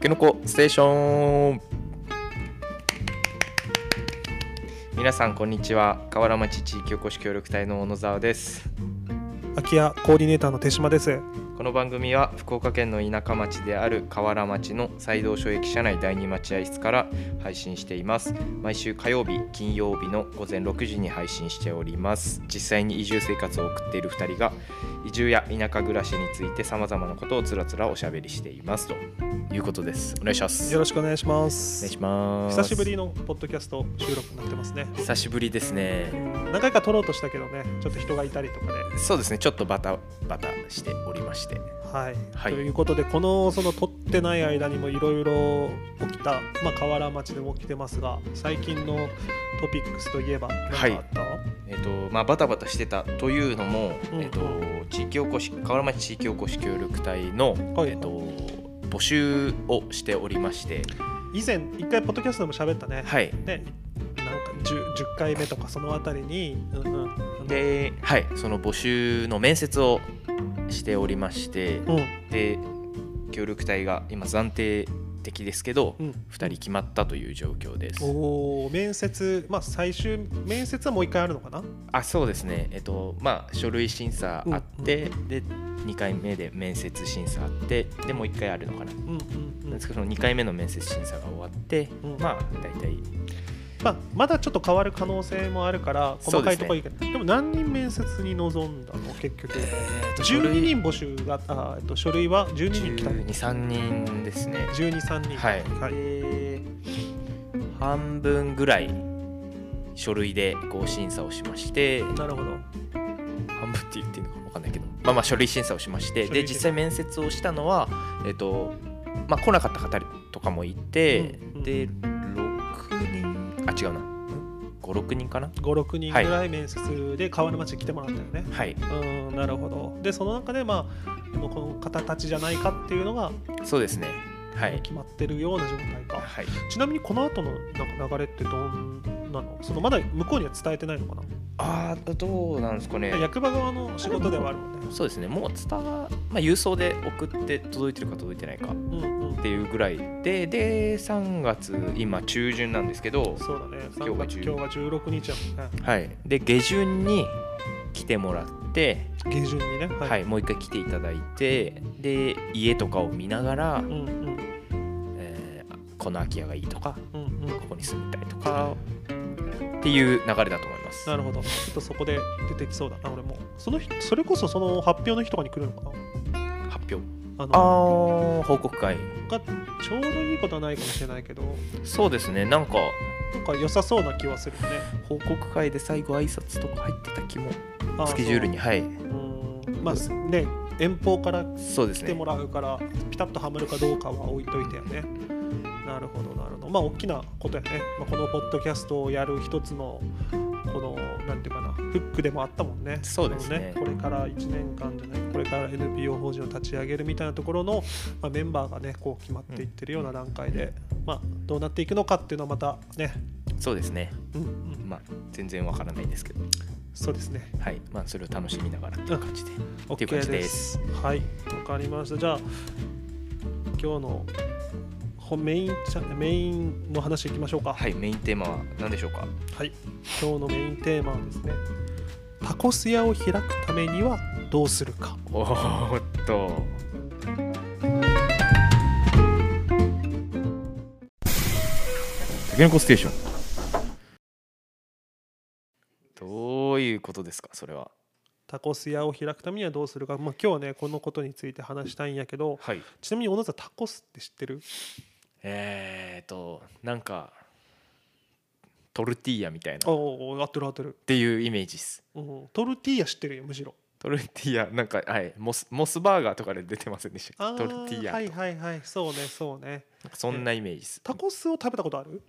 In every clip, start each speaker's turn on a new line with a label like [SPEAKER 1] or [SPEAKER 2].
[SPEAKER 1] けのこステーション皆さんこんにちは河原町地域おこし協力隊の小野沢です
[SPEAKER 2] 空き家コーディネーターの手島です。
[SPEAKER 1] この番組は福岡県の田舎町である河原町の西道所駅舎内第二待合室から配信しています毎週火曜日金曜日の午前6時に配信しております実際に移住生活を送っている2人が移住や田舎暮らしについてさまざまなことをつらつらおしゃべりしていますということですお願いします
[SPEAKER 2] よろしくお願いしま
[SPEAKER 1] お願い
[SPEAKER 2] す
[SPEAKER 1] し。ます
[SPEAKER 2] 久しぶりのポッドキャスト収録になってますね。
[SPEAKER 1] 久しぶりですね
[SPEAKER 2] 何回か撮ろうとしたけどね、ちょっと人がいたりとかで。
[SPEAKER 1] そうですねちょっとバタバタしておりまして
[SPEAKER 2] はい、
[SPEAKER 1] はい
[SPEAKER 2] ということで、このその撮ってない間にもいろいろ起きた、まあ、河原町でも起きてますが、最近のトピックスといえば、何かあった、
[SPEAKER 1] えっ、とまあバタバタしてたというのも、
[SPEAKER 2] うん
[SPEAKER 1] えっ、と地域おこし河原町地域おこし協力隊の、
[SPEAKER 2] はい
[SPEAKER 1] えっ、と募集をしておりまして
[SPEAKER 2] 以前、一回、ポッドキャストでも喋ったね。
[SPEAKER 1] はい
[SPEAKER 2] ねなんか 10, 10回目とかそのあたりに、うんうんあの、
[SPEAKER 1] ではいその募集の面接をしておりまして
[SPEAKER 2] うん
[SPEAKER 1] で協力隊が今暫定的ですけど、
[SPEAKER 2] うん、
[SPEAKER 1] 2人決まったという状況です
[SPEAKER 2] おお面接まあ最終面接はもう一回あるのかな
[SPEAKER 1] あそうですねえっとまあ書類審査あって、で2回目で面接審査あってでもう1回あるのかな、
[SPEAKER 2] うんうん
[SPEAKER 1] なんですけどその2回目の面接審査が終わって、
[SPEAKER 2] うん
[SPEAKER 1] まあ大体
[SPEAKER 2] まあ、まだちょっと変わる可能性もあるから細かいとこ
[SPEAKER 1] そう
[SPEAKER 2] ろいいけどで,、も何人面接に臨んだの結局
[SPEAKER 1] え
[SPEAKER 2] 12人募集があ、えっと、書類は12人来た
[SPEAKER 1] 1 2 3人ですね
[SPEAKER 2] 123人
[SPEAKER 1] はい、で半分ぐらい書類でこう審査をしまして
[SPEAKER 2] なる
[SPEAKER 1] 半
[SPEAKER 2] ほど
[SPEAKER 1] 分って言っていいのか分かんないけどまあまあ書類審査をしまして
[SPEAKER 2] 書類
[SPEAKER 1] で
[SPEAKER 2] で
[SPEAKER 1] 実際面接をしたのはえっとまあ来なかった方とかもいて、
[SPEAKER 2] うんうん
[SPEAKER 1] で6人あ違うな56人かな
[SPEAKER 2] 56人ぐらい面接で河原町に来てもらったよね、
[SPEAKER 1] はい
[SPEAKER 2] うんなるほどでその中でまあでもこの方たちじゃないかっていうのが
[SPEAKER 1] そうですねはい
[SPEAKER 2] 決まってるような状態か、
[SPEAKER 1] はい
[SPEAKER 2] ちなみにこの後のなんか流れってどんなのそのまだ向こうには伝えてないのかな、
[SPEAKER 1] ああどうなんですかね
[SPEAKER 2] 役場側の仕事ではあるもんね。
[SPEAKER 1] そうですねもう伝わまあ郵送で送って届いてるか届いてないかっ
[SPEAKER 2] うんうん、
[SPEAKER 1] ていうぐらいでで3月今中旬なんですけど
[SPEAKER 2] そうだね
[SPEAKER 1] 今日
[SPEAKER 2] 3
[SPEAKER 1] が
[SPEAKER 2] 月
[SPEAKER 1] 10
[SPEAKER 2] 今日が16日やもんね
[SPEAKER 1] はいで下旬に来てもらって
[SPEAKER 2] 下旬にねは、
[SPEAKER 1] はいい、もう一回来ていただいてで家とかを見ながら
[SPEAKER 2] うん、うん
[SPEAKER 1] えーあこの空き家がいいとか
[SPEAKER 2] うんうん
[SPEAKER 1] ここに住みたいとかっていう流れだと思います
[SPEAKER 2] なるほどちょっとそこで出てきそうだな俺もその日それこそその発表の日とかに来るのか
[SPEAKER 1] 発表
[SPEAKER 2] なあの
[SPEAKER 1] あー報告会
[SPEAKER 2] がちょうどいいことはないかもしれないけど
[SPEAKER 1] そうですねなんか
[SPEAKER 2] なんか良さそうな気はするよね
[SPEAKER 1] 報告会で最後挨拶とか入ってた気も
[SPEAKER 2] あ
[SPEAKER 1] スケジュールにはい
[SPEAKER 2] そううんまあね遠方から
[SPEAKER 1] そうです
[SPEAKER 2] 来て
[SPEAKER 1] ね
[SPEAKER 2] もらうから、ピタッとはまるかどうかは置いといてやねなるほどなるほどまあ大きなことやね、まあ、このポッドキャストをやる一つのこのなんていうかなフックでもあったもんね
[SPEAKER 1] そうですね
[SPEAKER 2] このこれから1年間じゃないこれから NPO 法人を立ち上げるみたいなところの、まあ、メンバーがねこう決まっていってるような段階で、まあ、どうなっていくのかっていうのはまたね、
[SPEAKER 1] そうですね
[SPEAKER 2] うんうん、
[SPEAKER 1] まあ全然わからないですけど
[SPEAKER 2] そうですね
[SPEAKER 1] はいまあそれを楽しみながらっていう感じで、っていう感
[SPEAKER 2] OK
[SPEAKER 1] じで
[SPEAKER 2] です。はい、わかりました。じゃあ、今日のほメインチャメインの話いきましょうか。
[SPEAKER 1] はいメインテーマは何でしょうか
[SPEAKER 2] はい今日のメインテーマはですね、タコス屋を開くためにはどうするか。
[SPEAKER 1] おーっとタケノコステーションどういうことですかそれは
[SPEAKER 2] タコス屋を開くためにはどうするか。まあ、今日はね、このことについて話したいんやけど、
[SPEAKER 1] はい
[SPEAKER 2] ちなみに小野さん、タコスって知ってる
[SPEAKER 1] えーっとなんかトルティーヤみたいなっ
[SPEAKER 2] おお、合ってる合ってる、
[SPEAKER 1] ていうイメージです
[SPEAKER 2] うん。トルティーヤ知ってるよ、むしろ。
[SPEAKER 1] トルティーヤなんかはいモスモスバーガーとかで出てませんでした
[SPEAKER 2] あ
[SPEAKER 1] っ
[SPEAKER 2] ー
[SPEAKER 1] けトルティーヤ、
[SPEAKER 2] はいはいはい、そうね、そうね。
[SPEAKER 1] なんかそんなイメージです
[SPEAKER 2] タコスを食べたことある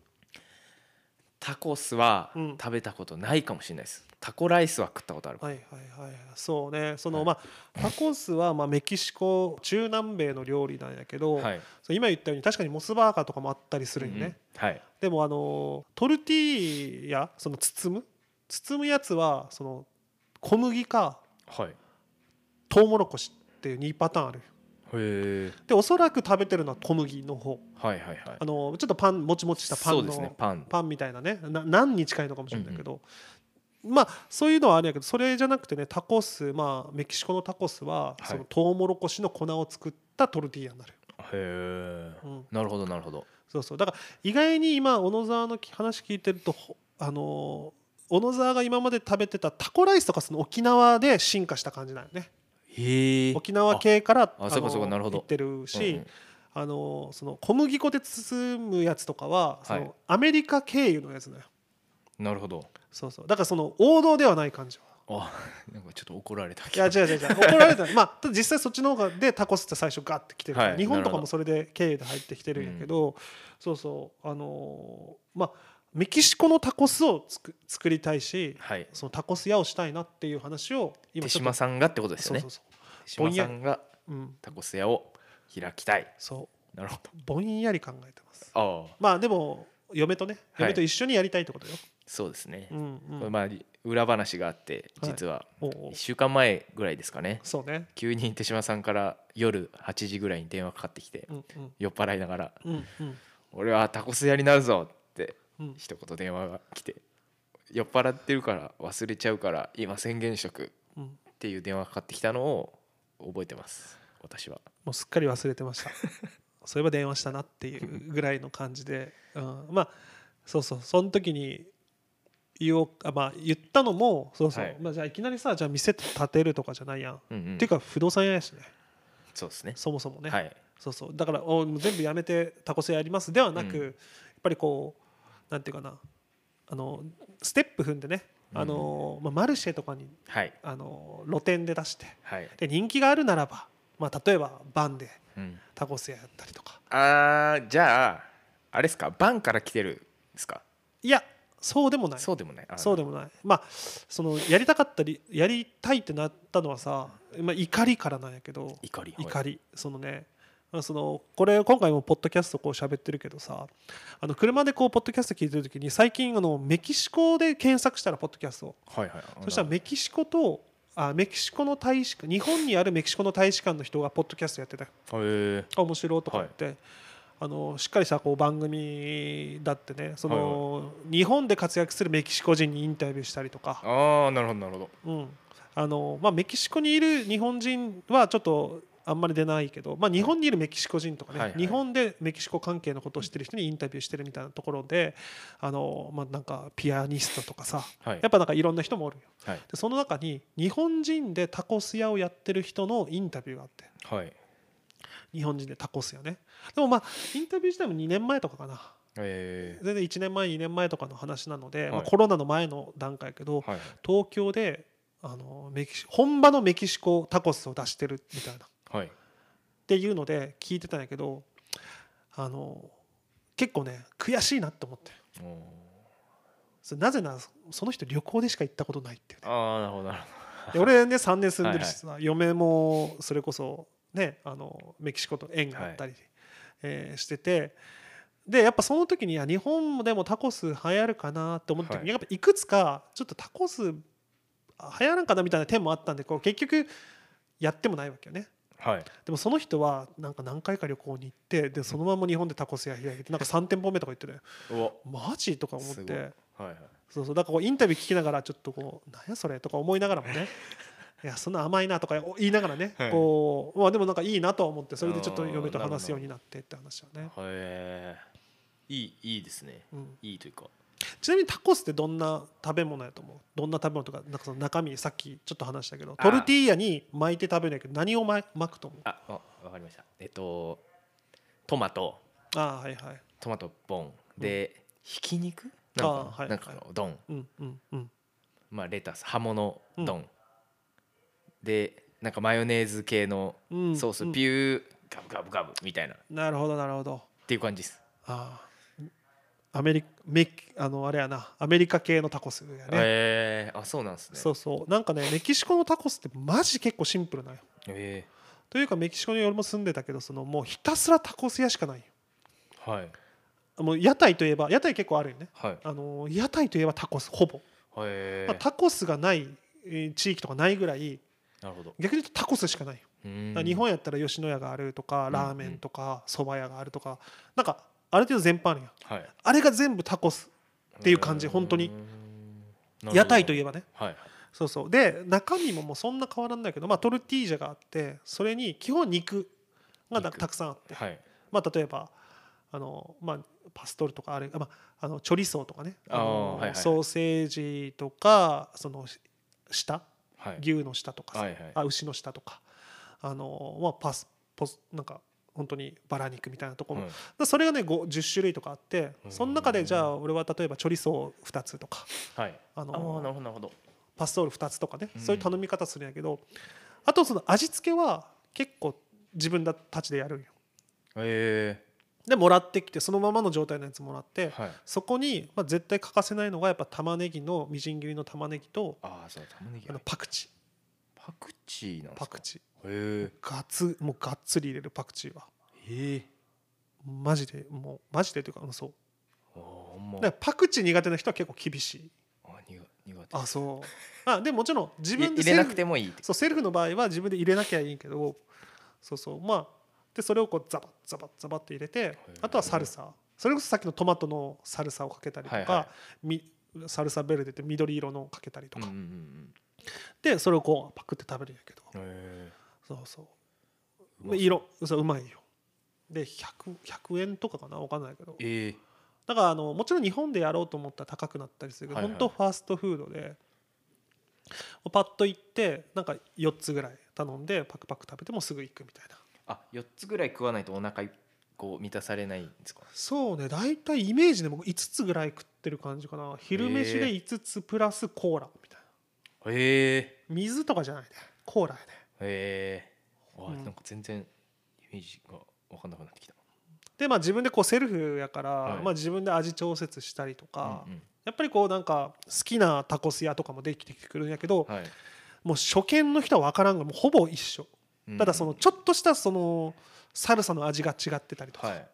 [SPEAKER 1] タコスは
[SPEAKER 2] うん
[SPEAKER 1] 食べたことないかもしれないですタコライスは食ったことある
[SPEAKER 2] はいはいはいそうねそ
[SPEAKER 1] は
[SPEAKER 2] の、
[SPEAKER 1] い
[SPEAKER 2] まあタコスはまあメキシコ中南米の料理なんやけど、
[SPEAKER 1] はい
[SPEAKER 2] そう今言ったように確かにモスバーガーとかもあったりするよね、
[SPEAKER 1] うんはい
[SPEAKER 2] でもあのトルティーヤその包む包むやつはその小麦か
[SPEAKER 1] はい
[SPEAKER 2] トウモロコシっていう2パターンある
[SPEAKER 1] え
[SPEAKER 2] でおそらく食べてるのは小麦の方
[SPEAKER 1] はいはいはい
[SPEAKER 2] あのちょっとパンもちもちしたパ
[SPEAKER 1] そう
[SPEAKER 2] ン
[SPEAKER 1] です
[SPEAKER 2] の、
[SPEAKER 1] ねパン
[SPEAKER 2] パンみたいなねな何に近いのかもしれないけど、まあそういうのはあれやけどそれじゃなくてねタコスまあメキシコのタコスは、
[SPEAKER 1] はい
[SPEAKER 2] そのトウモロコシの粉を作ったトルティーヤになる、
[SPEAKER 1] へえ
[SPEAKER 2] うん、
[SPEAKER 1] なるほどなるほど
[SPEAKER 2] そうそうだから意外に今小野沢の話聞いてるとほあのー小野沢が今まで食べてたタコライスとかその沖縄で進化した感じなんよね
[SPEAKER 1] へえ
[SPEAKER 2] 沖縄系から
[SPEAKER 1] あそうかそうかなるほど
[SPEAKER 2] 行ってるし、
[SPEAKER 1] うんうん
[SPEAKER 2] あのーその小麦粉で包むやつとかはその、
[SPEAKER 1] はい
[SPEAKER 2] アメリカ経由のやつだよ
[SPEAKER 1] なるほど
[SPEAKER 2] そうそうだからその王道ではない 感じは
[SPEAKER 1] あなんかちょっと怒られた
[SPEAKER 2] い
[SPEAKER 1] 気
[SPEAKER 2] や
[SPEAKER 1] が
[SPEAKER 2] 違う違う違う怒られたまあただ実際そっちの方がでタコスって最初ガッて来てるから、
[SPEAKER 1] はい
[SPEAKER 2] 日本とか
[SPEAKER 1] なるほ
[SPEAKER 2] も
[SPEAKER 1] ど
[SPEAKER 2] それで経由で入ってきてるんやけど、そうそうあのーまあメキシコのタコスをつく作りたいし
[SPEAKER 1] はい
[SPEAKER 2] そのタコス屋をしたいなっていう話を
[SPEAKER 1] 手
[SPEAKER 2] 今ちょっと
[SPEAKER 1] 島さんがってことです
[SPEAKER 2] そう
[SPEAKER 1] ね
[SPEAKER 2] そうそ
[SPEAKER 1] 手島さんが
[SPEAKER 2] ううん
[SPEAKER 1] タコス屋を開きたい
[SPEAKER 2] そ
[SPEAKER 1] なるほ
[SPEAKER 2] うぼんやり考えてます
[SPEAKER 1] どああ
[SPEAKER 2] まあでも嫁とね
[SPEAKER 1] はい
[SPEAKER 2] 嫁と一緒にやりたいってことよ、
[SPEAKER 1] そうですね
[SPEAKER 2] うんう
[SPEAKER 1] これ
[SPEAKER 2] ん
[SPEAKER 1] まあ裏話があって
[SPEAKER 2] はい
[SPEAKER 1] 実は
[SPEAKER 2] おうおう
[SPEAKER 1] 1週間前ぐらいですかね
[SPEAKER 2] そうね
[SPEAKER 1] 急に手島さんから夜8時ぐらいに電話かかってきて
[SPEAKER 2] うんうん
[SPEAKER 1] 酔っ払いながら
[SPEAKER 2] うんうん
[SPEAKER 1] 「俺はタコス屋になるぞ」って
[SPEAKER 2] うん
[SPEAKER 1] 一言電話が来て「酔っ払ってるから忘れちゃうから今宣言しとく」
[SPEAKER 2] うん
[SPEAKER 1] っていう電話がかかってきたのを覚えてます私は
[SPEAKER 2] もうすっかり忘れて ましたそういえば電話したなっていうぐらいの感じで、うん、まあそうそうその時に言おうあまあ言ったのもそうそう、
[SPEAKER 1] はい
[SPEAKER 2] まあ、じゃあいきなりさじゃあ店建てるとかじゃないやん、
[SPEAKER 1] うんうん
[SPEAKER 2] っていうか不動産屋やしね
[SPEAKER 1] そうですね
[SPEAKER 2] そもそもね、
[SPEAKER 1] はい
[SPEAKER 2] そうそうだからおもう全部やめてタコス屋やりますではな
[SPEAKER 1] う
[SPEAKER 2] く、
[SPEAKER 1] ん
[SPEAKER 2] やっぱりこうなんていうかなあのステップ踏んでねあの、まあ、マルシェとかに
[SPEAKER 1] はい
[SPEAKER 2] あの露店で出して
[SPEAKER 1] はい
[SPEAKER 2] で人気があるならば、まあ、例えばバンで
[SPEAKER 1] うん
[SPEAKER 2] タコス屋やったりとか
[SPEAKER 1] あーじゃああれですかバンから来てるですか
[SPEAKER 2] いやそうでもないそ
[SPEAKER 1] そううでもないあ
[SPEAKER 2] でもないまあそのやりたかったりやりたいってなったのはさ、まあ、怒りからなんやけど
[SPEAKER 1] 怒りはい
[SPEAKER 2] 怒りそのねまあそのこれ今回もポッドキャストこう喋ってるけどさあの車でこうポッドキャスト聞いてる時に最近あのメキシコで検索したらポッドキャストを
[SPEAKER 1] はいはいあ
[SPEAKER 2] そしたらメキシコとあメキシコの大使館日本にあるメキシコの大使館の人がポッドキャストやってたよ
[SPEAKER 1] へえ
[SPEAKER 2] あ面白いとか言って、あのしっかりしたこう番組だってねその、日本で活躍するメキシコ人にインタビューしたりとか、
[SPEAKER 1] ああなるほどなるほど
[SPEAKER 2] うんあのまあ、メキシコにいる日本人はちょっとあんまり出ないけど、まあ、日本にいるメキシコ人とかね、
[SPEAKER 1] はいはい
[SPEAKER 2] 日本でメキシコ関係のことを知ってる人にインタビューしてるみたいなところであの、まあ、なんかピアニストとかさ
[SPEAKER 1] はい
[SPEAKER 2] やっぱなんかいろんな人もおるよ
[SPEAKER 1] はい
[SPEAKER 2] でその中に日本人でタコス屋をやってる人のインタビューがあって。
[SPEAKER 1] はい
[SPEAKER 2] 日本人でタコスよねでもまあインタビュー自体も2年前とかかな
[SPEAKER 1] え
[SPEAKER 2] 全然1年前2年前とかの話なので、まあ、
[SPEAKER 1] はい
[SPEAKER 2] コロナの前の段階やけど
[SPEAKER 1] ーはい
[SPEAKER 2] 東京であのメキシ本場のメキシコタコスを出してるみたいなっ
[SPEAKER 1] はい
[SPEAKER 2] ていうので聞いてたんやけどあの結構ね悔しいなって思って
[SPEAKER 1] おー
[SPEAKER 2] それなぜならその人旅行でしか行ったことないっていうね
[SPEAKER 1] ああなるほどなる
[SPEAKER 2] で俺ね3年住んでるしさ、嫁もそれこそねあのメキシコと縁があったり、えーしててでやっぱその時にいや日本でもタコス流行るかなって思った時に、
[SPEAKER 1] はい
[SPEAKER 2] やっぱいくつかちょっとタコス流行らんかなみたいな点もあったんでこう結局やってもないわけよね
[SPEAKER 1] ほどはい
[SPEAKER 2] でもその人はなんか何回か旅行に行ってでそのまま日本でタコス屋開けてなんか3店舗目とか行ってね
[SPEAKER 1] うわ
[SPEAKER 2] マジとか思っ
[SPEAKER 1] すごい
[SPEAKER 2] て。
[SPEAKER 1] はいはい
[SPEAKER 2] そうそうだからこうインタビュー聞きながらちょっとこう「なんやそれ」とか思いながらもねいやそんな甘いなとか言いながらね、
[SPEAKER 1] はい
[SPEAKER 2] こうまあでもなんかいいなとは思ってそれでちょっと嫁と
[SPEAKER 1] あーなるほど
[SPEAKER 2] 話すようになってって話だね、
[SPEAKER 1] へえいいいいですね
[SPEAKER 2] うん、
[SPEAKER 1] いいというか
[SPEAKER 2] ちなみにタコスってどんな食べ物やと思うどんな食べ物とかなんかその中身さっきちょっと話したけどトルティーヤに巻いて食べるんやけど何を巻巻くと思う
[SPEAKER 1] ああわかりましたえっとトマト
[SPEAKER 2] ああーはいはい
[SPEAKER 1] トマトボンで、ひき肉
[SPEAKER 2] あ
[SPEAKER 1] なんか
[SPEAKER 2] ーはい
[SPEAKER 1] なんかの丼
[SPEAKER 2] うんうんうん
[SPEAKER 1] まあレタス葉物
[SPEAKER 2] うん
[SPEAKER 1] 丼、でなんかマヨネーズ系の
[SPEAKER 2] うん
[SPEAKER 1] ソース、
[SPEAKER 2] うん
[SPEAKER 1] ピューガブガブガブみたいなっ
[SPEAKER 2] なるほどなるほど
[SPEAKER 1] ていう感じです、
[SPEAKER 2] ああアメリカメキあのあれやなアメリカ系のタコスやね
[SPEAKER 1] へえあそうなんですね
[SPEAKER 2] そうそうなんかねメキシコのタコスってマジ結構シンプルなんよ
[SPEAKER 1] へ
[SPEAKER 2] というかメキシコに俺も住んでたけどそのもうひたすらタコス屋しかないよ
[SPEAKER 1] えはい
[SPEAKER 2] もう屋台といえば屋台結構あるよね
[SPEAKER 1] はいへ
[SPEAKER 2] あのー屋台といえばタコスほぼ、
[SPEAKER 1] え
[SPEAKER 2] まあタコスがないえー地域とかないぐらい
[SPEAKER 1] なるほど
[SPEAKER 2] 逆に言うとタコスしかないよ
[SPEAKER 1] うん
[SPEAKER 2] だから日本やったら吉野家があるとかラーメンとかそば屋があるとかなんかある程度全般あるやん
[SPEAKER 1] はい、っ
[SPEAKER 2] あれが全部タコスていう感じ本当に屋台といえ
[SPEAKER 1] ば
[SPEAKER 2] ばね
[SPEAKER 1] はい
[SPEAKER 2] そうそうで中身ももうそんな変わらないけど、まあ、トルティージャがあってそれに基本肉がた
[SPEAKER 1] 肉
[SPEAKER 2] たくさんあって、
[SPEAKER 1] はい
[SPEAKER 2] まあ、例えばあの、まあ、パストルとかあれ、まあ、あのチョリソーとかね
[SPEAKER 1] あー
[SPEAKER 2] の
[SPEAKER 1] はいはい
[SPEAKER 2] ソーセージとかそのし舌
[SPEAKER 1] はい
[SPEAKER 2] 牛の舌とかさ、
[SPEAKER 1] はいはい
[SPEAKER 2] あ牛の舌とかあの、まあ、パスポスなんか本当にバラ肉みたいなところ、
[SPEAKER 1] うん
[SPEAKER 2] だそれがねご10種類とかあって
[SPEAKER 1] うん
[SPEAKER 2] その中でじゃあ俺は例えばチョリソー2つとか
[SPEAKER 1] はい
[SPEAKER 2] あ
[SPEAKER 1] あーな
[SPEAKER 2] の
[SPEAKER 1] るほどなるほど
[SPEAKER 2] パストール2つとかね
[SPEAKER 1] うん
[SPEAKER 2] そういう頼み方するんやけどあとその味付けは結構自分たちでやるんよ。
[SPEAKER 1] え
[SPEAKER 2] でもらってきてそのままの状態のやつもらって
[SPEAKER 1] えはい
[SPEAKER 2] そこに、まあ、絶対欠かせないのがやっぱ玉ねぎのみじん切りの玉ねぎと
[SPEAKER 1] ああそう玉ねぎ
[SPEAKER 2] あのパクチ
[SPEAKER 1] パクチーなんです
[SPEAKER 2] ー
[SPEAKER 1] か
[SPEAKER 2] パクチー
[SPEAKER 1] へ
[SPEAKER 2] ガツもうがっつり入れるパクチーは
[SPEAKER 1] えへえ
[SPEAKER 2] マジでもうマジでというかうんそう
[SPEAKER 1] あーほんま
[SPEAKER 2] だからパクチー苦手な人は結構厳しい
[SPEAKER 1] あ苦苦手
[SPEAKER 2] あそうあでももちろん自
[SPEAKER 1] い
[SPEAKER 2] 分で
[SPEAKER 1] 入
[SPEAKER 2] セ
[SPEAKER 1] れ
[SPEAKER 2] ル
[SPEAKER 1] な
[SPEAKER 2] フ
[SPEAKER 1] くてもいいって
[SPEAKER 2] そうセルフの場合は自分で入れなきゃいいけどそうそうまあでそれをこうザバッザバッザバッって入れてあとはサルサそれこそさっきのトマトのサルサをかけたりとか、
[SPEAKER 1] はいは
[SPEAKER 2] みサルサベルデって緑色のをかけたりと
[SPEAKER 1] うん
[SPEAKER 2] か、
[SPEAKER 1] うんうん
[SPEAKER 2] でそれをこうパクって食べるんやけど
[SPEAKER 1] うんへ
[SPEAKER 2] そうそう
[SPEAKER 1] え
[SPEAKER 2] で色そううまいよで 100, 100円とかかな分かんないけど
[SPEAKER 1] ええ
[SPEAKER 2] だからあのもちろん日本でやろうと思ったら高くなったりするけど、
[SPEAKER 1] はいはい
[SPEAKER 2] 本当ファーストフードでパッと行ってなんか4つぐらい頼んでパクパク食べてもすぐ行くみたいな
[SPEAKER 1] あ四つぐらい食わないとお腹いこう満たされないんですか
[SPEAKER 2] そうね大体イメージでも5つぐらい食ってる感じかな昼飯で5つプラスコーラみたいな
[SPEAKER 1] へえ
[SPEAKER 2] 水とかじゃないねコーラやね
[SPEAKER 1] へえあ
[SPEAKER 2] うん
[SPEAKER 1] なんか全然イメージが分かんなくなってきた
[SPEAKER 2] でまあ自分でこうセルフやから、
[SPEAKER 1] はい
[SPEAKER 2] まあ、自分で味調節したりとか、
[SPEAKER 1] うんうん
[SPEAKER 2] やっぱりこうなんか好きなタコス屋とかもできてくるんやけど、
[SPEAKER 1] はい
[SPEAKER 2] もう初見の人は分からんがもうほぼ一緒
[SPEAKER 1] うん
[SPEAKER 2] ただそのちょっとしたそのサルサの味が違ってたりとか、
[SPEAKER 1] はい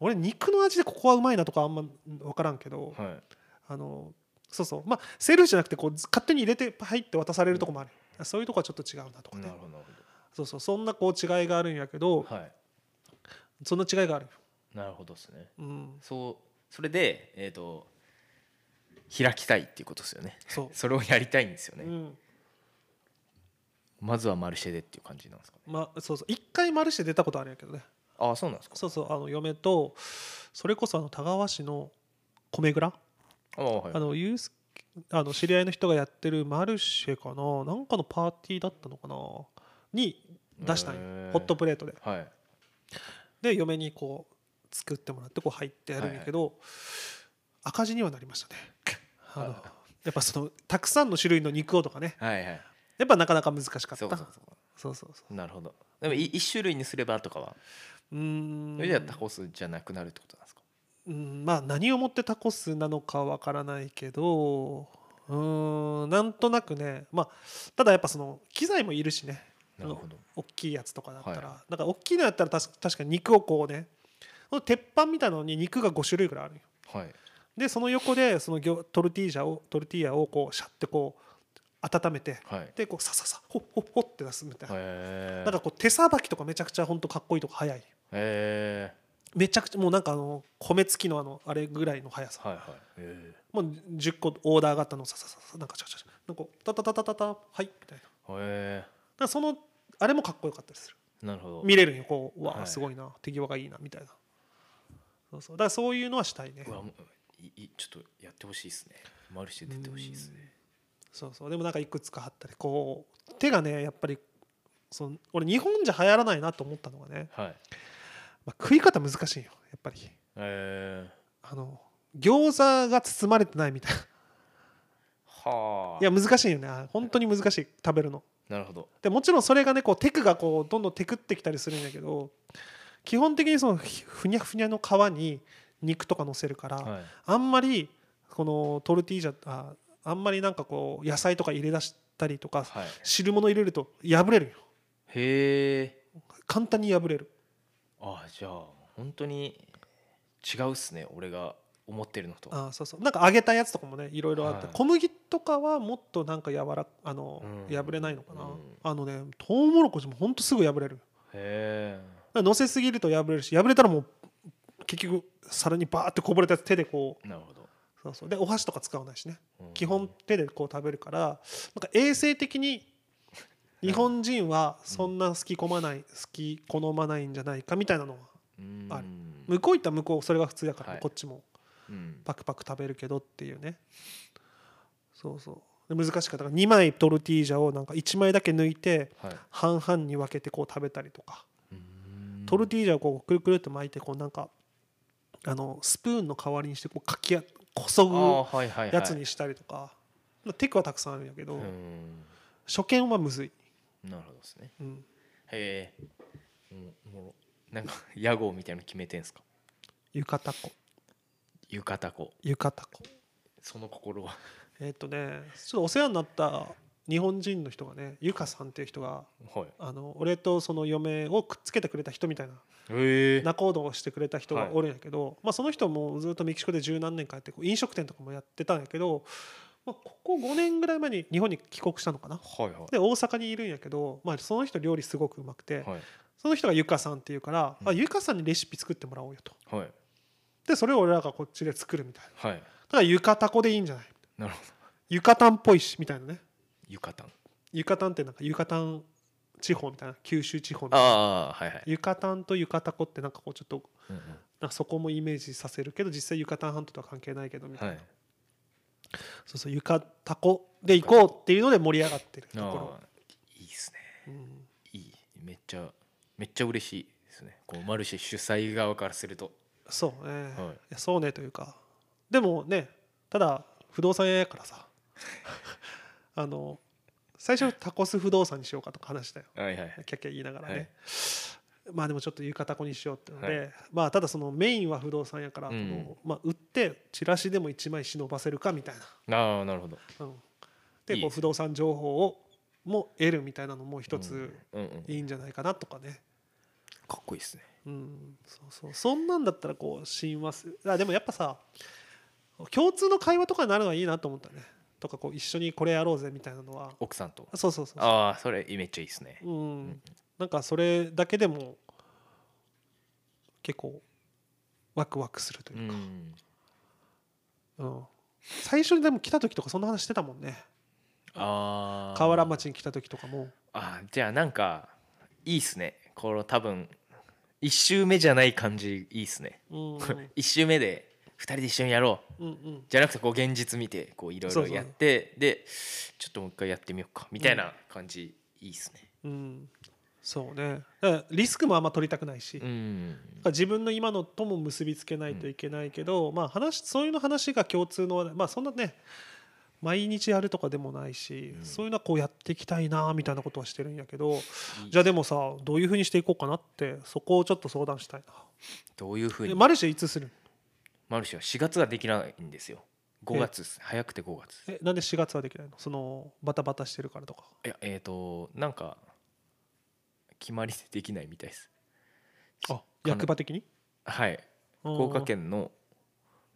[SPEAKER 2] 俺肉の味でここはうまいなとかあんま分からんけど、
[SPEAKER 1] はい
[SPEAKER 2] あのそうそうまあセルフじゃなくてこうず勝手に入れて入って渡されるとこもある、そういうとこはちょっと違うなとかね
[SPEAKER 1] なるほどなる
[SPEAKER 2] そうそうそんなこう違いがあるんやけど、
[SPEAKER 1] ほどはい
[SPEAKER 2] そんな違いがある、
[SPEAKER 1] なるほどですね
[SPEAKER 2] うん、
[SPEAKER 1] そうそれでえっ、と開きたいっていうことですよね
[SPEAKER 2] そ
[SPEAKER 1] それをやりたいんですよ
[SPEAKER 2] う、
[SPEAKER 1] ね、
[SPEAKER 2] うん
[SPEAKER 1] まずはマルシェでっていう感じなんですかね
[SPEAKER 2] まあ、そうそう一回マルシェ出たことあるんやけどね
[SPEAKER 1] ああそうなんですか
[SPEAKER 2] そうそうあの嫁とそれこそあの田川市の米蔵
[SPEAKER 1] ああはい
[SPEAKER 2] あのユースあの知り合いの人がやってるマルシェかななんかのパーティーだったのかなに出したんよ
[SPEAKER 1] へー
[SPEAKER 2] ホットプレートで
[SPEAKER 1] はい
[SPEAKER 2] で嫁にこう作ってもらってこう入ってやるんやけど、赤字にはなりましたねあの
[SPEAKER 1] あ
[SPEAKER 2] やっぱそのたくさんの種類の肉をとかね
[SPEAKER 1] はいはい
[SPEAKER 2] やっぱなかなか難しかった
[SPEAKER 1] そうかそうかそうか
[SPEAKER 2] そうそうそ
[SPEAKER 1] なるほどでもい一種類にすればとかは
[SPEAKER 2] ううーん
[SPEAKER 1] それじゃタコスじゃなくなるってことなんですか
[SPEAKER 2] うんまあ何をもってタコスなのかわからないけどうーんなんとなくねまあただやっぱその機材もいるしね
[SPEAKER 1] なるほど
[SPEAKER 2] 大きいやつとかだったら、
[SPEAKER 1] は
[SPEAKER 2] なんか大きいのやったら確か確かに肉をこうねこの鉄板みたいなのに肉が5種類ぐらいあるよ
[SPEAKER 1] はい
[SPEAKER 2] でその横でそのギョトルティージャをトルティーヤをこうシャッてこう温めて
[SPEAKER 1] はい
[SPEAKER 2] でこうサササホッホッホッって出すみたいな、
[SPEAKER 1] へ
[SPEAKER 2] なんかこう手さばきとかめちゃくちゃ本当かっこいいとか早い
[SPEAKER 1] え
[SPEAKER 2] めちゃくちゃもうなんかあの米付きのあのあれぐらいの速さ
[SPEAKER 1] はいはいへ
[SPEAKER 2] もう10個オーダーがあったのをササササなんかちょちょちょなんかこうタタタタタタはいみたいなだか
[SPEAKER 1] え
[SPEAKER 2] らそのあれもかっこよかったりする
[SPEAKER 1] なるほど
[SPEAKER 2] 見れるんよこううわ
[SPEAKER 1] は
[SPEAKER 2] あ
[SPEAKER 1] い
[SPEAKER 2] すごいな、手際がいいなみたいなそうそうだからそういうのはしたいね
[SPEAKER 1] うわもういいちょっとやってほしいですねマルシェ出てほしいですね
[SPEAKER 2] そうそうでもなんかいくつかあったりこう手がねやっぱりその俺日本じゃ流行らないなと思ったのがね、
[SPEAKER 1] はい
[SPEAKER 2] まあ、食い方難しいよやっぱり
[SPEAKER 1] え
[SPEAKER 2] あの餃子が包まれてないみたいな
[SPEAKER 1] はい
[SPEAKER 2] や難しいよねあ本当に難しい食べるの
[SPEAKER 1] なるほど
[SPEAKER 2] でもちろんそれがねこうテクがこうどんどんテクってきたりするんだけど基本的にそのひふにゃふにゃの皮に肉とか乗せるから、
[SPEAKER 1] はい
[SPEAKER 2] あんまりこのトルティージャああんまりなんかこう野菜とか入れ出したりとか
[SPEAKER 1] はい
[SPEAKER 2] 汁物入れると破れるよ
[SPEAKER 1] へえ
[SPEAKER 2] 簡単に破れる
[SPEAKER 1] あじゃあ本当に違うっすね俺が思ってるのと
[SPEAKER 2] あそうそうなんか揚げたやつとかもねいろいろあっ
[SPEAKER 1] は
[SPEAKER 2] て
[SPEAKER 1] い
[SPEAKER 2] 小麦とかはもっとなんか柔らあの、
[SPEAKER 1] うん
[SPEAKER 2] 破れないのかな、
[SPEAKER 1] うん
[SPEAKER 2] あのねトウモロコシもほんとすぐ破れる
[SPEAKER 1] へ
[SPEAKER 2] 乗せすぎると破れるし破れたらもう結局皿にバーってこぼれたやつ手でこ
[SPEAKER 1] えなるほど、
[SPEAKER 2] うそうそうでお箸とか使わないしね
[SPEAKER 1] うん
[SPEAKER 2] 基本手でこう食べるからなんか衛生的に日本人はそんな好き込まない好き好まないんじゃないかみたいなのは
[SPEAKER 1] うん
[SPEAKER 2] ある向こう行ったら向こうそれが普通だから、
[SPEAKER 1] はい
[SPEAKER 2] こっちも
[SPEAKER 1] うん
[SPEAKER 2] パクパク食べるけどっていうねそうそうで難しかったから2枚トルティージャをなんか1枚だけ抜いて
[SPEAKER 1] はい
[SPEAKER 2] 半々に分けてこう食べたりとか
[SPEAKER 1] うん
[SPEAKER 2] トルティージャをこうくるくるって巻いてこうなんかあのスプーンの代わりにしてこうかきあこそ
[SPEAKER 1] あ
[SPEAKER 2] ぐ
[SPEAKER 1] ーはいはいはい
[SPEAKER 2] やつにしたりとか、まあテクはたくさんあるんやけど、
[SPEAKER 1] うん
[SPEAKER 2] 初見はむずい、
[SPEAKER 1] なるほどですね
[SPEAKER 2] うん、
[SPEAKER 1] へえおもろなんか屋号みたいなの決めてんすか
[SPEAKER 2] 浴衣子
[SPEAKER 1] 浴衣子
[SPEAKER 2] 浴衣子
[SPEAKER 1] その心は
[SPEAKER 2] えっ、とねちょっとお世話になった日本人の人がねゆかさんっていう人が
[SPEAKER 1] はい
[SPEAKER 2] あの俺とその嫁をくっつけてくれた人みたいな
[SPEAKER 1] へえ
[SPEAKER 2] 仲人をしてくれた人がおるんやけど、まあ、その人もずっとメキシコで十何年かやってこう飲食店とかもやってたんやけど、まあ、ここ5年ぐらい前に日本に帰国したのかな
[SPEAKER 1] はいは
[SPEAKER 2] で大阪にいるんやけど、まあ、その人料理すごくうまくて、
[SPEAKER 1] いはい
[SPEAKER 2] その人がゆかさんっていうから、
[SPEAKER 1] うん
[SPEAKER 2] あゆかさんにレシピ作ってもらおうよと
[SPEAKER 1] はい
[SPEAKER 2] でそれを俺らがこっちで作るみたいな
[SPEAKER 1] はい
[SPEAKER 2] だからゆかたこでいいんじゃない
[SPEAKER 1] なるほど
[SPEAKER 2] ゆかたんっぽいしみたいなね
[SPEAKER 1] 浴衣
[SPEAKER 2] ゆかたんってなんかゆかたん地方みたいな九州地方みたいな
[SPEAKER 1] ああはいはい
[SPEAKER 2] ゆかたんとゆかたこってなんかこうちょっと
[SPEAKER 1] うんうん
[SPEAKER 2] なんかそこもイメージさせるけど実際ユカタン半島とは関係ないけどみたい
[SPEAKER 1] は
[SPEAKER 2] な、
[SPEAKER 1] い
[SPEAKER 2] そうそうユカタコで行こうっていうので盛り上がってるところ
[SPEAKER 1] あ、ーいいですね
[SPEAKER 2] う
[SPEAKER 1] い
[SPEAKER 2] ん
[SPEAKER 1] いめっちゃめっちゃ嬉しいですねこうマルシェ主催側からすると
[SPEAKER 2] そうね、い
[SPEAKER 1] はい
[SPEAKER 2] やそうねというかでもねただ不動産屋やから さあの最初タコス不動産にしようかとか話したよ
[SPEAKER 1] はいはい
[SPEAKER 2] キャッキャ言いながらね、
[SPEAKER 1] はい
[SPEAKER 2] まあでもちょっとユカタコにしようってので、
[SPEAKER 1] は
[SPEAKER 2] まあただそのメインは不動産やから、
[SPEAKER 1] うん
[SPEAKER 2] そのまあ、売ってチラシでも1枚忍ばせるかみたいな
[SPEAKER 1] ああなるほど
[SPEAKER 2] うん、で
[SPEAKER 1] いいで
[SPEAKER 2] こう
[SPEAKER 1] す
[SPEAKER 2] 不動産情報をも得るみたいなのも一つ
[SPEAKER 1] うんうん
[SPEAKER 2] いいんじゃないかなとかね、
[SPEAKER 1] かっこいいですね
[SPEAKER 2] うん、そうそうそんなんだったらこう親和すあでもやっぱさ共通の会話とかになるのはいいなと思ったねとかこう一緒にこれやろうぜみたいなのは
[SPEAKER 1] 奥さんと
[SPEAKER 2] そうそうそうそう
[SPEAKER 1] ああそれめっちゃいいですね
[SPEAKER 2] うん、なんかそれだけでも結構ワクワクすると
[SPEAKER 1] う
[SPEAKER 2] いうか、
[SPEAKER 1] ん
[SPEAKER 2] うん最初にでも来た時とかそんな話してたもんね
[SPEAKER 1] ああ
[SPEAKER 2] 河原町に来た時とかも
[SPEAKER 1] あーじゃあなんかいいっすねこの多分1周目じゃない感じいいっすね
[SPEAKER 2] うんうん
[SPEAKER 1] 1周目で2人で一緒にやろう
[SPEAKER 2] うんうん
[SPEAKER 1] じゃなくてこう現実見てこういろい
[SPEAKER 2] そう
[SPEAKER 1] ろ
[SPEAKER 2] そう
[SPEAKER 1] やってでちょっともう一回やってみようかみたいな感じ、いいっすね
[SPEAKER 2] うん、そうねだからリスクもあんま取りたくないし、だ
[SPEAKER 1] う
[SPEAKER 2] か
[SPEAKER 1] ん
[SPEAKER 2] ら自分の今のとも結びつけないといけないけど、まあ、話そういうの話が共通の話題まあそんなね毎日やるとかでもないし、
[SPEAKER 1] うん
[SPEAKER 2] そういうのはこうやっていきたいなみたいなことはしてるんやけど
[SPEAKER 1] いい
[SPEAKER 2] じゃあでもさどういうふうにしていこうかなってそこをちょっと相談したい
[SPEAKER 1] どういうふう
[SPEAKER 2] なえ
[SPEAKER 1] に
[SPEAKER 2] マルシェいつする
[SPEAKER 1] マルシェは4月ができないんですよ5月っす早くて5月
[SPEAKER 2] えなんで4月はできないのそのバタバタしてるからとか
[SPEAKER 1] いやえっ、となんか決まりでできないみたいです
[SPEAKER 2] あ役場的に
[SPEAKER 1] はい福岡県の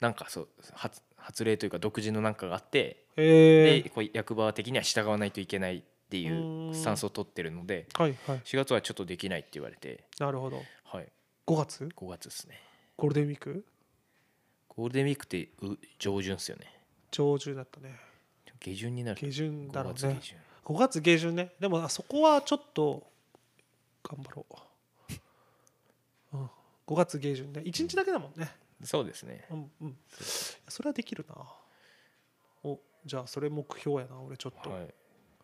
[SPEAKER 1] なんかそう発発令というか独自のなんかがあって
[SPEAKER 2] へ
[SPEAKER 1] で
[SPEAKER 2] え
[SPEAKER 1] こう役場的には従わないといけないっていううんスタンスを取ってるので
[SPEAKER 2] はいはい
[SPEAKER 1] 4月はちょっとできないって言われて
[SPEAKER 2] なるほど
[SPEAKER 1] はい
[SPEAKER 2] 5月
[SPEAKER 1] 5月ですね
[SPEAKER 2] ゴールデンウィーク
[SPEAKER 1] ゴールデンウィークってう上旬ですよね
[SPEAKER 2] 上旬だったね
[SPEAKER 1] 下旬になる
[SPEAKER 2] 下旬だろ
[SPEAKER 1] 5
[SPEAKER 2] う
[SPEAKER 1] 月
[SPEAKER 2] ね
[SPEAKER 1] 下旬
[SPEAKER 2] 5月下旬ねでもあそこはちょっと頑張ろう、うん、5月下旬ね1日だけだもんね
[SPEAKER 1] そうですね
[SPEAKER 2] うんうんそれはできるなおじゃあそれ目標やな俺ちょっと、
[SPEAKER 1] はい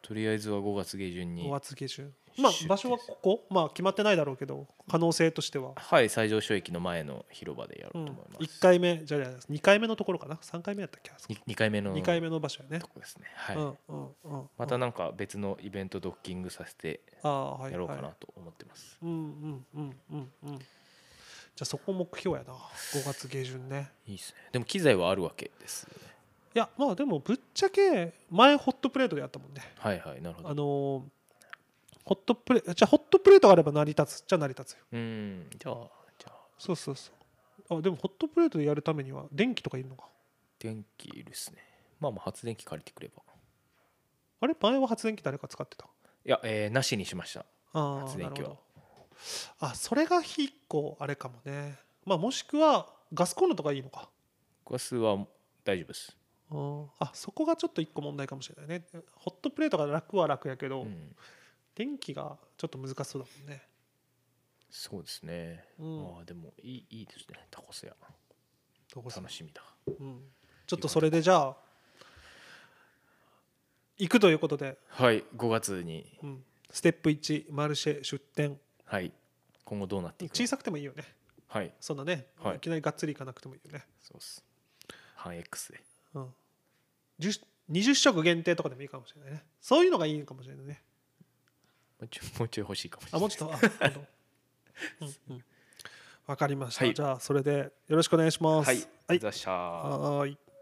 [SPEAKER 1] とりあえずは5月下旬
[SPEAKER 2] 5
[SPEAKER 1] に
[SPEAKER 2] 月下旬まあ
[SPEAKER 1] 出店
[SPEAKER 2] 場所はここまあ決まってないだろうけど可能性としては、
[SPEAKER 1] はい最上所駅の前の広場でや
[SPEAKER 2] う
[SPEAKER 1] ろ
[SPEAKER 2] ん
[SPEAKER 1] うと思い、ま
[SPEAKER 2] 1
[SPEAKER 1] す、
[SPEAKER 2] 回目じゃあ2回目のところかな3回目やったっけあそこ
[SPEAKER 1] に二 2, 回目の
[SPEAKER 2] 2回目の場所やね
[SPEAKER 1] とこですねはい、
[SPEAKER 2] うんうんうん
[SPEAKER 1] またなんか別のイベントドッキングさせて
[SPEAKER 2] ああはいはい
[SPEAKER 1] やろうかなと思ってます、
[SPEAKER 2] うんうんうんうんうんじゃあそこ目標やな5月下旬ね
[SPEAKER 1] い、いですねでも機材はあるわけですよね
[SPEAKER 2] いやまあでもぶっちゃけ前ホットプレートでやったもんね
[SPEAKER 1] はいはいなるほ
[SPEAKER 2] あ
[SPEAKER 1] ど
[SPEAKER 2] のーホットプレじゃあホットプレートがあれば成り立つじゃ成り立つよ
[SPEAKER 1] うんじゃあじゃあ
[SPEAKER 2] そうそうそうあでもホットプレートでやるためには電気とかいるのか
[SPEAKER 1] 電気いるっすねまあまあ発電機借りてくれば
[SPEAKER 2] あれ前は発電機誰か使ってた
[SPEAKER 1] いや、えーなしにしました
[SPEAKER 2] ああ
[SPEAKER 1] 発電機は
[SPEAKER 2] なるほどあそれが一個あれかもねまあもしくはガスコンロとかいいのか
[SPEAKER 1] ガスは大丈夫です、
[SPEAKER 2] うんあそこがちょっと一個問題かもしれないねホットプレートが楽は楽やけど、
[SPEAKER 1] うん、
[SPEAKER 2] 電気がちょっと難しそうだもんね
[SPEAKER 1] そうですね、
[SPEAKER 2] うん
[SPEAKER 1] まあでもいいいいですねタコス屋
[SPEAKER 2] どうする
[SPEAKER 1] 楽しみだ
[SPEAKER 2] うん、ちょっとそれでじゃあ行くということで、
[SPEAKER 1] はい5月に
[SPEAKER 2] うん、ステップ1マルシェ出店
[SPEAKER 1] はい今後どうなっていく
[SPEAKER 2] 小
[SPEAKER 1] の
[SPEAKER 2] さくてもいいよね
[SPEAKER 1] はい
[SPEAKER 2] そんなね、
[SPEAKER 1] はい
[SPEAKER 2] い、きなりがっつり行かなくてもいいよね、
[SPEAKER 1] そうっす半 X で
[SPEAKER 2] うん、10 20食限定とかでもいいかもしれないねそういうのがいいかもしれないね
[SPEAKER 1] もうちょいもうちょい欲しいかもし
[SPEAKER 2] あ
[SPEAKER 1] れない
[SPEAKER 2] も
[SPEAKER 1] う
[SPEAKER 2] ちょっとあな るほどうんうんわかりました、
[SPEAKER 1] はい
[SPEAKER 2] じゃあそれでよろししくお願いします
[SPEAKER 1] はいありがとうございました
[SPEAKER 2] はいはーい